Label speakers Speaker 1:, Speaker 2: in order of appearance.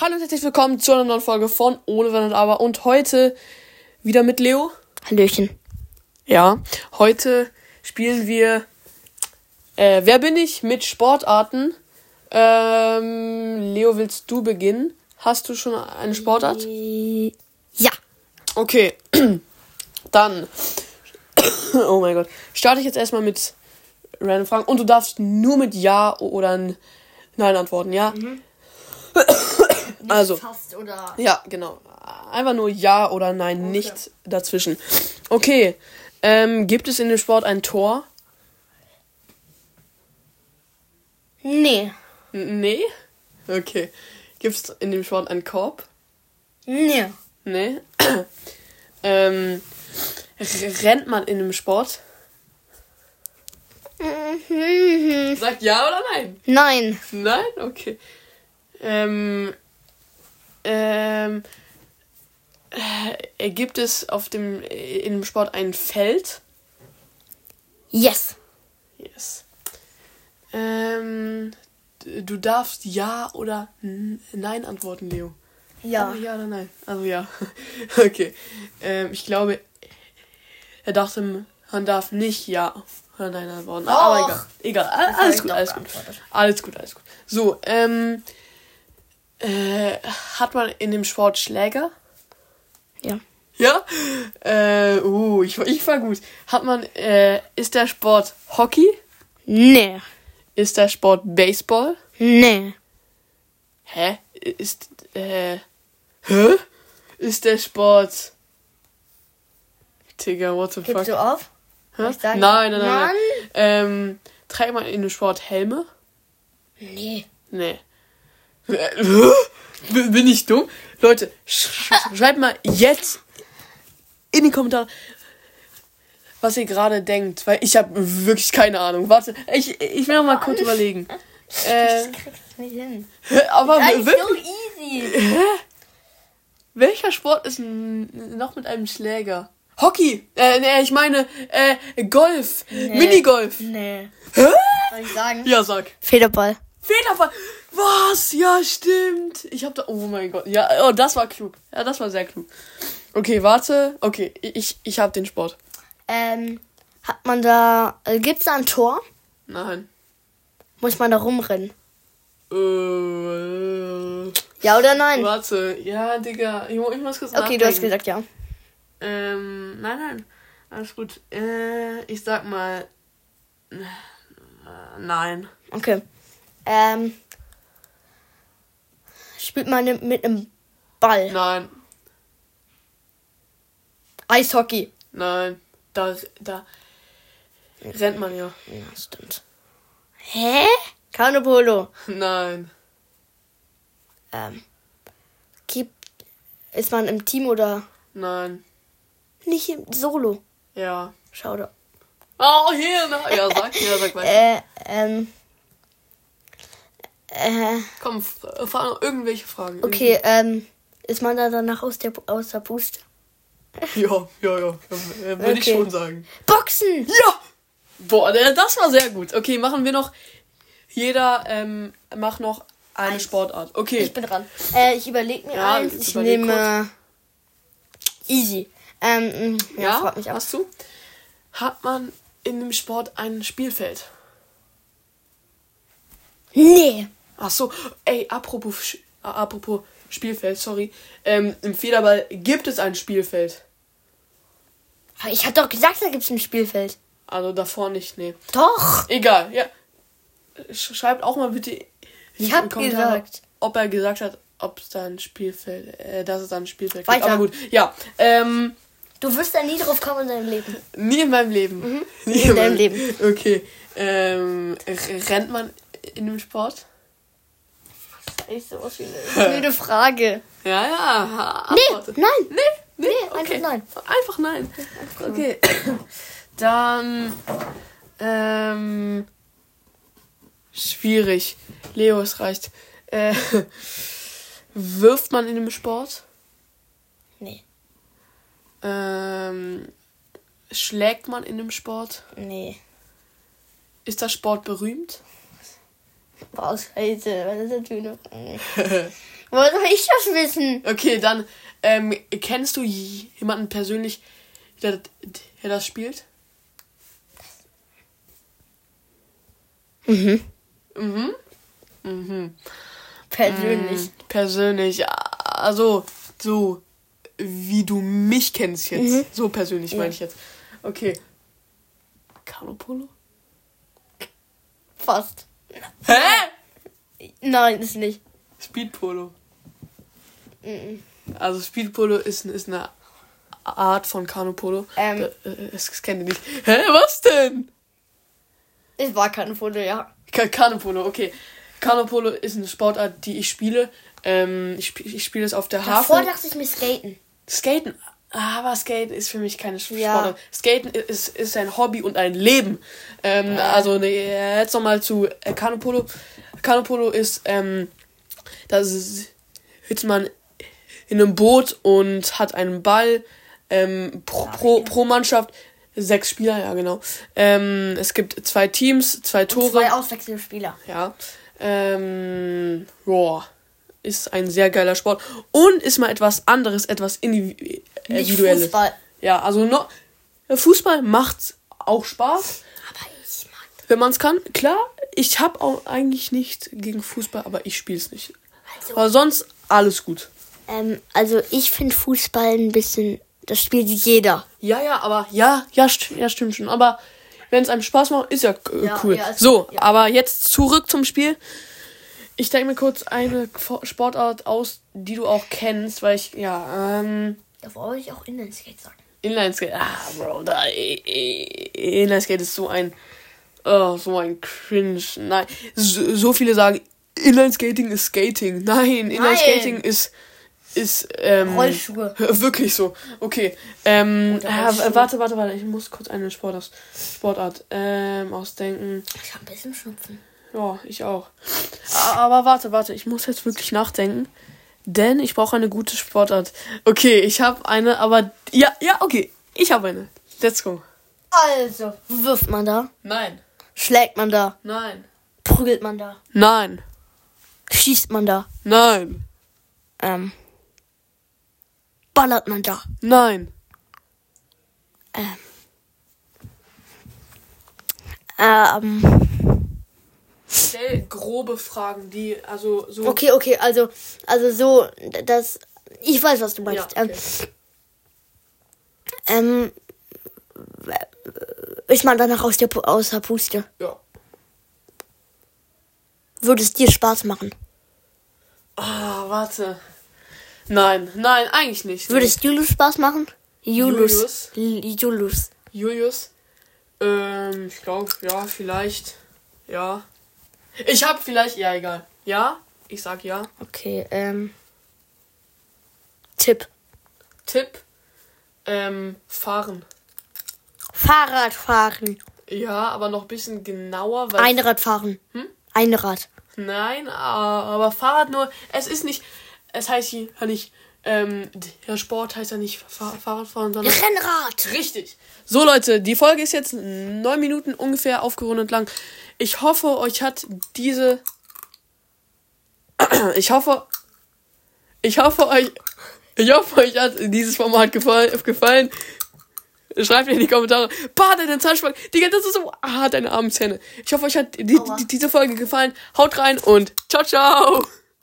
Speaker 1: Hallo und herzlich willkommen zu einer neuen Folge von Ohne Wenn und Aber und heute wieder mit Leo.
Speaker 2: Hallöchen.
Speaker 1: Ja, heute spielen wir äh, Wer bin ich mit Sportarten. Ähm, Leo, willst du beginnen? Hast du schon eine Sportart?
Speaker 2: Äh, Ja.
Speaker 1: Okay, dann. Oh mein Gott. Starte ich jetzt erstmal mit random Fragen und du darfst nur mit Ja oder Nein antworten, ja? Also.
Speaker 2: Fast oder.
Speaker 1: Ja, genau. Einfach nur Ja oder Nein, nicht dazwischen. Okay. Ähm, gibt es in dem Sport ein Tor?
Speaker 2: Nee.
Speaker 1: N nee? Okay. Gibt es in dem Sport einen Korb?
Speaker 2: Nee.
Speaker 1: Nee. ähm, r- rennt man in dem Sport?
Speaker 2: Mhm.
Speaker 1: Sagt Ja oder Nein?
Speaker 2: Nein.
Speaker 1: Nein? Okay. Ähm, ähm, äh, gibt es auf dem, in dem Sport ein Feld?
Speaker 2: Yes.
Speaker 1: Yes. Ähm, d- du darfst ja oder n- nein antworten, Leo.
Speaker 2: Ja.
Speaker 1: Aber ja oder nein? Also ja. okay. Ähm, ich glaube, er dachte, man darf nicht ja oder nein antworten. Aber
Speaker 2: Och.
Speaker 1: egal. Egal. Al-
Speaker 2: hab
Speaker 1: Alles
Speaker 2: ich
Speaker 1: gut,
Speaker 2: doch
Speaker 1: alles gut.
Speaker 2: geantwortet.
Speaker 1: Alles gut, alles gut. So, ähm, äh, hat man in dem Sport Schläger?
Speaker 2: Ja.
Speaker 1: Ja? Äh, uh, ich, war- ich war gut. Hat man, äh, ist der Sport Hockey?
Speaker 2: Nee.
Speaker 1: Ist der Sport Baseball?
Speaker 2: Nee.
Speaker 1: Hä? Ist, äh, hä? Ist der Sport... Digga, what the fuck?
Speaker 2: Gibst du auf?
Speaker 1: Hä?
Speaker 2: ich sagen?
Speaker 1: Nein, nein, nein. nein.
Speaker 2: Mann.
Speaker 1: Ähm, trägt man in dem Sport Helme?
Speaker 2: Nee.
Speaker 1: Nee. Äh, Bin bin ich dumm? Leute, sch sch- schreibt mal jetzt in die Kommentare, was ihr gerade denkt, weil ich habe wirklich keine Ahnung. Warte, ich, ich will noch mal kurz überlegen. Äh,
Speaker 2: Kriegst du nicht hin.
Speaker 1: aber
Speaker 2: Das ist
Speaker 1: wirklich,
Speaker 2: so easy.
Speaker 1: welcher Sport ist n- noch mit einem Schläger? Hockey! Äh, nee, ich meine, äh, Golf! Minigolf!
Speaker 2: Nee. Soll ich sagen?
Speaker 1: Ja, sag.
Speaker 2: Federball.
Speaker 1: Federball. Was? Ja, stimmt. Ich hab da. Oh mein Gott. Ja, oh, das war klug. Ja, das war sehr klug. Okay, warte. Okay, ich, ich hab den Sport.
Speaker 2: Ähm, hat man da. Äh, gibt's da ein Tor?
Speaker 1: Nein.
Speaker 2: Muss man da rumrennen?
Speaker 1: Äh,
Speaker 2: Ja oder nein?
Speaker 1: warte. Ja, Digga. Ich, mu- ich muss kurz
Speaker 2: Okay, du hast
Speaker 1: nachdenken.
Speaker 2: gesagt ja.
Speaker 1: Ähm, nein, nein. Alles gut. Äh, ich sag mal. äh, Nein.
Speaker 2: Okay. Ähm, spielt man mit einem Ball?
Speaker 1: Nein.
Speaker 2: Eishockey.
Speaker 1: Nein. Da, da rennt man ja.
Speaker 2: Ja, stimmt. Hä? Kanopolo.
Speaker 1: Nein.
Speaker 2: Ähm, gibt, ist man im Team oder
Speaker 1: Nein.
Speaker 2: nicht im Solo?
Speaker 1: Ja.
Speaker 2: Schau da.
Speaker 1: Oh, hier, na. Ja, sag, ja, sag weiter.
Speaker 2: Äh, ähm, äh,
Speaker 1: Komm, f- äh, fahr noch irgendwelche Fragen.
Speaker 2: okay, ähm, ist man da danach aus der, aus der Puste?
Speaker 1: Ja, ja, ja. äh, Würde ich
Speaker 2: Okay.
Speaker 1: schon sagen.
Speaker 2: Boxen!
Speaker 1: Ja! Boah, der- das war sehr gut. Okay, machen wir noch. Jeder ähm, macht noch eine Sportart. Okay.
Speaker 2: Ich bin dran. Äh, ich überlege mir
Speaker 1: Ja,
Speaker 2: eins.
Speaker 1: jetzt
Speaker 2: Ich
Speaker 1: überleg
Speaker 2: nehme easy. Ähm, mh, ja,
Speaker 1: ja,
Speaker 2: freut mich auch.
Speaker 1: hast du? Hat man in dem Sport ein Spielfeld?
Speaker 2: Nee.
Speaker 1: Ach so, ey, apropos, Sch- äh, apropos Spielfeld, sorry. Ähm, Im Federball gibt es ein Spielfeld.
Speaker 2: Aber Ich hatte doch gesagt, da gibt's ein Spielfeld.
Speaker 1: Also davor nicht, nee.
Speaker 2: Doch.
Speaker 1: Egal, ja. Sch- Schreibt auch mal bitte. in die
Speaker 2: hab
Speaker 1: Kommentare,
Speaker 2: gesagt.
Speaker 1: Ob er gesagt hat, ob es da ein Spielfeld, äh, dass es da ein Spielfeld gibt.
Speaker 2: Weiter.
Speaker 1: Aber gut, ja. Ähm,
Speaker 2: Du wirst da nie drauf kommen in deinem Leben.
Speaker 1: nie in meinem Leben. Nie
Speaker 2: Mhm. in deinem
Speaker 1: meinem- Okay. Ähm, r- rennt man in dem Sport?
Speaker 2: Ich so was wie eine blöde Frage.
Speaker 1: Ja, ja.
Speaker 2: Nee,
Speaker 1: Antworte.
Speaker 2: nein.
Speaker 1: Nee, nee,
Speaker 2: Nee,
Speaker 1: okay.
Speaker 2: einfach nein.
Speaker 1: Einfach nein. Okay. Dann. Ähm, schwierig. Leo, es reicht. Äh, wirft man in dem Sport?
Speaker 2: Nee,
Speaker 1: Ähm, schlägt man in dem Sport?
Speaker 2: nee.
Speaker 1: Ist der Sport berühmt?
Speaker 2: Boah, scheiße. Was ist das für eine Frage? Woher soll ich das wissen?
Speaker 1: Okay, dann ähm, kennst du j- jemanden persönlich, der, der das spielt? Mhm. Mhm.
Speaker 2: Persönlich.
Speaker 1: Mm, Persönlich, also so wie du mich kennst jetzt.
Speaker 2: Mhm.
Speaker 1: So persönlich meine ich jetzt. Okay. Carlo Polo?
Speaker 2: Fast.
Speaker 1: Hä?
Speaker 2: Nein, ist nicht.
Speaker 1: Speed Polo. Also Speed Polo ist, ist eine Art von Kanu Polo.
Speaker 2: Ähm.
Speaker 1: Äh, äh, Es es kennt ihr nicht. Hä, was denn?
Speaker 2: Es war kein Foto, ja.
Speaker 1: Ka- Kanupolo, okay. Kanupolo ist eine Sportart, die ich spiele. Ähm, ich, sp ich spiele es auf der
Speaker 2: Davor
Speaker 1: Hafen.
Speaker 2: dachte ich mir Skaten.
Speaker 1: Skaten. Aber Skaten ist für mich keine Sch-
Speaker 2: Ja.
Speaker 1: Sportart. Skaten i- ist, ist ein Hobby und ein Leben. Ähm, also ne, jetzt nochmal zu äh, Kanupolo. Kanupolo ist, ähm, da s- sitzt man in einem Boot und hat einen Ball. Ähm, pro, pro, pro Mannschaft sechs Spieler, ja genau. Ähm, es gibt zwei Teams, zwei Tore.
Speaker 2: Und zwei auswechselnde Spieler.
Speaker 1: Ja. Ähm, ja. Ist ein sehr geiler Sport. Und ist mal etwas anderes, etwas indivi-
Speaker 2: Nicht
Speaker 1: individuelles.
Speaker 2: Fußball.
Speaker 1: Ja, also no, Fußball macht auch Spaß,
Speaker 2: Aber ich mag
Speaker 1: wenn man es kann. Klar, ich habe auch eigentlich nicht gegen Fußball, aber ich spiele es nicht. Aber sonst alles gut.
Speaker 3: Also, Ähm, also ich finde Fußball ein bisschen, das spielt jeder.
Speaker 1: Ja, ja, aber ja, ja, st ja stimmt schon. Aber wenn es einem Spaß macht, ist ja, äh,
Speaker 2: Ja,
Speaker 1: cool.
Speaker 2: ja, ist-
Speaker 1: so,
Speaker 2: ja.
Speaker 1: aber jetzt zurück zum Spiel. Ich denke mir kurz eine Fo- Sportart aus, die du auch kennst, weil ich, ja, ähm,
Speaker 2: Davor wollte ich auch Inlineskate sagen.
Speaker 1: Inlineskate. Ah, Bro, da, i- i- Inlineskate ist so ein, oh, so ein Cringe. Nein, so, so viele sagen, Inlineskating ist Skating. Nein, Inlineskating ist, ist, ähm,
Speaker 2: Rollschuhe.
Speaker 1: Wirklich so. Okay. Ähm,
Speaker 2: Oder
Speaker 1: ah,
Speaker 2: Rollstuhl.
Speaker 1: warte, warte, warte. Ich muss kurz eine Sportart, Sportart ähm, ausdenken.
Speaker 2: Ich habe ein bisschen Schnupfen.
Speaker 1: Ja, ich auch. A- Aber warte, warte. Ich muss jetzt wirklich nachdenken. Denn ich brauche eine gute Sportart. Okay, ich habe eine, aber. Ja, ja, okay. Ich habe eine. Let's go.
Speaker 2: Also.
Speaker 3: Wirft man da,
Speaker 1: Nein.
Speaker 3: schlägt man da,
Speaker 1: Nein.
Speaker 3: prügelt man da,
Speaker 1: Nein.
Speaker 3: schießt man da,
Speaker 1: Nein.
Speaker 3: ähm, ballert man da.
Speaker 1: Nein.
Speaker 3: Ähm,
Speaker 1: Stell grobe Fragen, die. Also so.
Speaker 3: okay, okay, also, also so, d- das, ich weiß, was du
Speaker 1: Ja,
Speaker 3: meinst.
Speaker 1: okay.
Speaker 3: Ähm, ähm, ist man danach aus der, Pu- aus der Puste?
Speaker 1: ja.
Speaker 3: Würde es dir Spaß machen?
Speaker 1: Ah, warte. Nein, nein, eigentlich nicht.
Speaker 3: Würde es Julius Spaß machen?
Speaker 1: Julius?
Speaker 3: Julius. L- Julius.
Speaker 1: Julius. Ähm, ich glaube, ja, vielleicht. Ja. Ich hab vielleicht. Ja, egal. Ja? Ich sag ja.
Speaker 3: Okay, ähm. Tipp.
Speaker 1: Tipp. Ähm, fahren.
Speaker 3: Fahrrad fahren.
Speaker 1: Ja, aber noch ein bisschen genauer, weil.
Speaker 3: Einrad fahren.
Speaker 1: Hm?
Speaker 3: Einrad.
Speaker 1: Nein, a- aber Fahrrad nur. Es ist nicht. Es heißt ja nicht. Ähm, der Sport heißt ja nicht Fahr Fahrradfahren, sondern.
Speaker 3: Rennrad.
Speaker 1: Richtig. So Leute, die Folge ist jetzt neun Minuten ungefähr aufgerundet lang. Ich hoffe, euch hat diese. Ich hoffe. Ich hoffe euch. Ich hoffe, euch hat dieses Format gefall, gefallen. Schreibt mir in die Kommentare. Bah, deine Zahnspange. Digga, das ist so. Ah, deine armen Zähne. Ich hoffe, euch hat die, die, diese Folge gefallen. Haut rein und ciao, ciao.